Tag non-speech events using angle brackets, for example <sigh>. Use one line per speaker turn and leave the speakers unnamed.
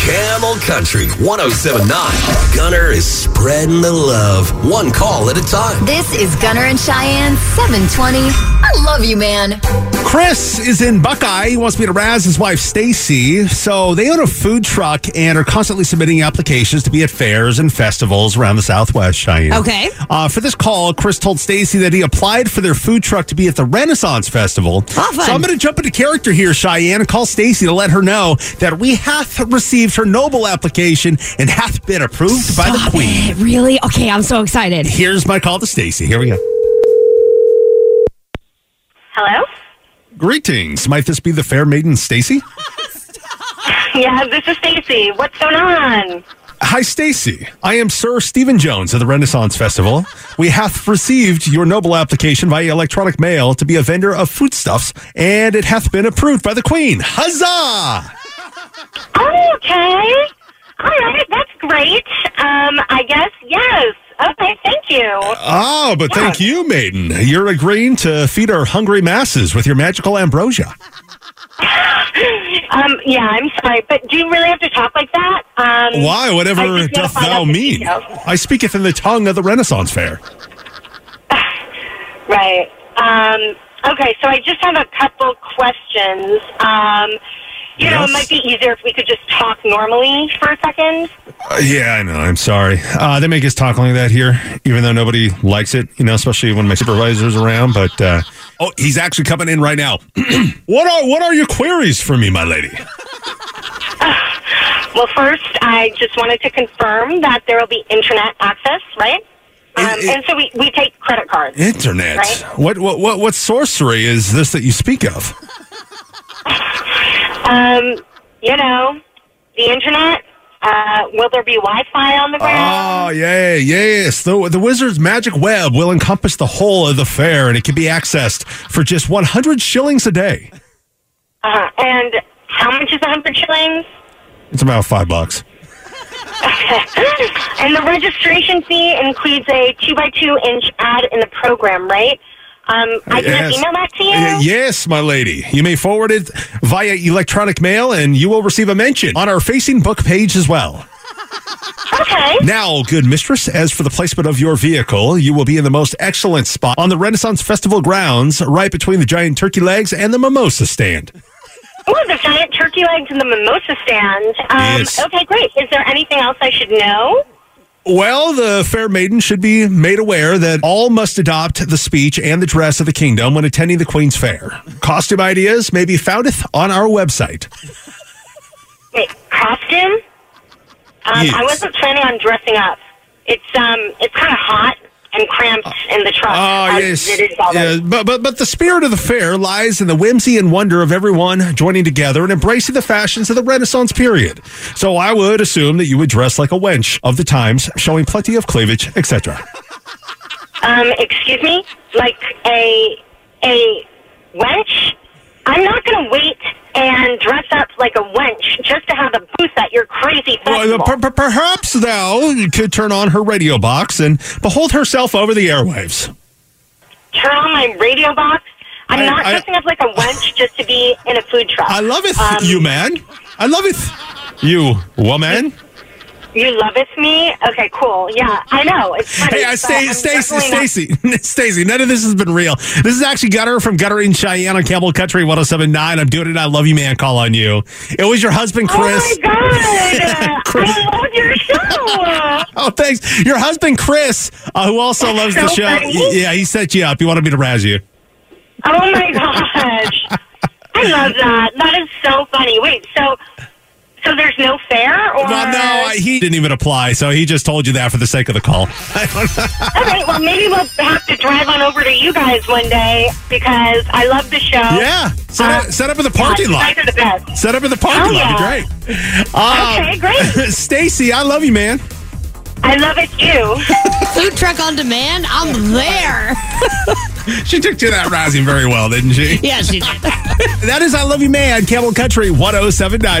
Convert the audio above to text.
Camel Country 1079. Gunner is spreading the love, one call at a time.
This is Gunner and Cheyenne 720. I love you, man.
Chris is in Buckeye. He wants me to razz his wife, Stacy. So they own a food truck and are constantly submitting applications to be at fairs and festivals around the Southwest, Cheyenne.
Okay.
Uh, for this call, Chris told Stacy that he applied for their food truck to be at the Renaissance Festival.
Ah, fun.
So I'm going to jump into character here, Cheyenne, and call Stacy to let her know that we hath received her noble application and hath been approved by the
Stop
Queen.
it, Really? Okay, I'm so excited.
Here's my call to Stacy. Here we go.
Hello?
Greetings. Might this be the fair maiden, Stacy?
Yeah, this is Stacy. What's going on?
Hi, Stacy. I am Sir Stephen Jones of the Renaissance Festival. We hath received your noble application via electronic mail to be a vendor of foodstuffs, and it hath been approved by the Queen. Huzzah!
Oh, okay. All right, that's great. Um, I guess, yes. Okay, thank you.
Ah, but thank you, maiden. You're agreeing to feed our hungry masses with your magical ambrosia.
Um, yeah, I'm sorry, but do you really have to talk like that? Um,
Why,
I
whatever
just gotta
doth
find
thou
out the
mean?
details.
I speaketh in the tongue of the Renaissance Fair.
Right. Um, okay, so I just have a couple questions. Um, you know,
Yes?
it might be easier if we could just talk normally for a second.
Uh, yeah, I know. I'm sorry. Uh, they make us talk like that here, even though nobody likes it, you know, especially when my supervisor's around. But, uh, oh, he's actually coming in right now. <clears throat> what are what are your queries for me, my lady?
Well, first, I just wanted to confirm that there will be internet access, right? Um,
It- it-
and so we, we take credit cards.
Internet.
Right.
What, what, what, what sorcery is this that you speak of?
Um, you know, the internet. Uh, will there be Wi-Fi on the
Oh,
ground?
yeah, yes. The, the wizard's magic web will encompass the whole of the fair, and it can be accessed for just 100 shillings a day. Ah.
Uh, and how much is a hundred shillings? <laughs>
It's about five bucks.
and the registration fee includes a two by two inch ad in the program, right? Um, I can email that to you.
Y- Yes, my lady. You may forward it via electronic mail, and you will receive a mention on our Facing Book page as well.
Okay.
Now, good mistress, as for the placement of your vehicle, you will be in the most excellent spot on the Renaissance Festival grounds, right between the giant turkey legs and the mimosa stand.
Ooh, the giant turkey legs in the mimosa stand. Um,
Yes.
Okay, great. Is there anything else I should know?
Well, the fair maiden should be made aware that all must adopt the speech and the dress of the kingdom when attending the Queen's Fair. Costume ideas may be foundeth on our website.
Wait, costume? Um,
Yes.
I wasn't planning on dressing up. It's um, it's kind of hot and cramped in the truck.
Oh,
<laughs> as
yes.
It is already.
Yeah, but, but, but the spirit of the fair lies in the whimsy and wonder of everyone joining together and embracing the fashions of the Renaissance period. So I would assume that you would dress like a wench of the times, showing plenty of cleavage, etc.
Um, excuse me, like a a wench. I'm not going to wait and dress up like a wench just to have a booth at your crazy
Well,
festival.
per- per- perhaps, thou could turn on her radio box and behold herself over the airwaves.
Turn on my radio box. I'm
I-
not
I-
dressing up like a wench just to be in a food truck.
I loveth
Um,
you, man. I loveth you, woman.
You loveth me? Okay, cool. Yeah, I know. It's funny.
Hey, I
but
stay,
I'm
Stacy,
definitely not-
Stacy, <laughs> Stacy. None of this has been real. This is actually Gunner from Gunner and Cheyenne on Campbell Country 1079. I'm doing it. I love you, man. Call on you. It was your husband, Chris.
Oh my
<laughs>
god! I love your show.
Oh, thanks. Your husband, Chris, uh, who also loves the
so
show.
funny.
Yeah, he set you up. He wanted me to razz you.
Oh my gosh! I love that. That is so funny. Wait, so so there's there's no fair? Or
Well, no, I- he didn't even apply, so he just told you that for the sake of the call.
All right, well, maybe we'll have to drive on over to you guys one day because I love the show.
yeah, set, up, set up in the parking
you
lot.
guys are the best.
Set up in the parking
Oh. Uh,
lot.
Oh, yeah.
Be great. Um,
Okay, great.
<laughs> Stacy, I love you, man.
I love it too.
Food truck on demand. I'm there.
She took to that rising very well, didn't she?
Yeah, she did.
That is I Love You Man, Camel Country 1079.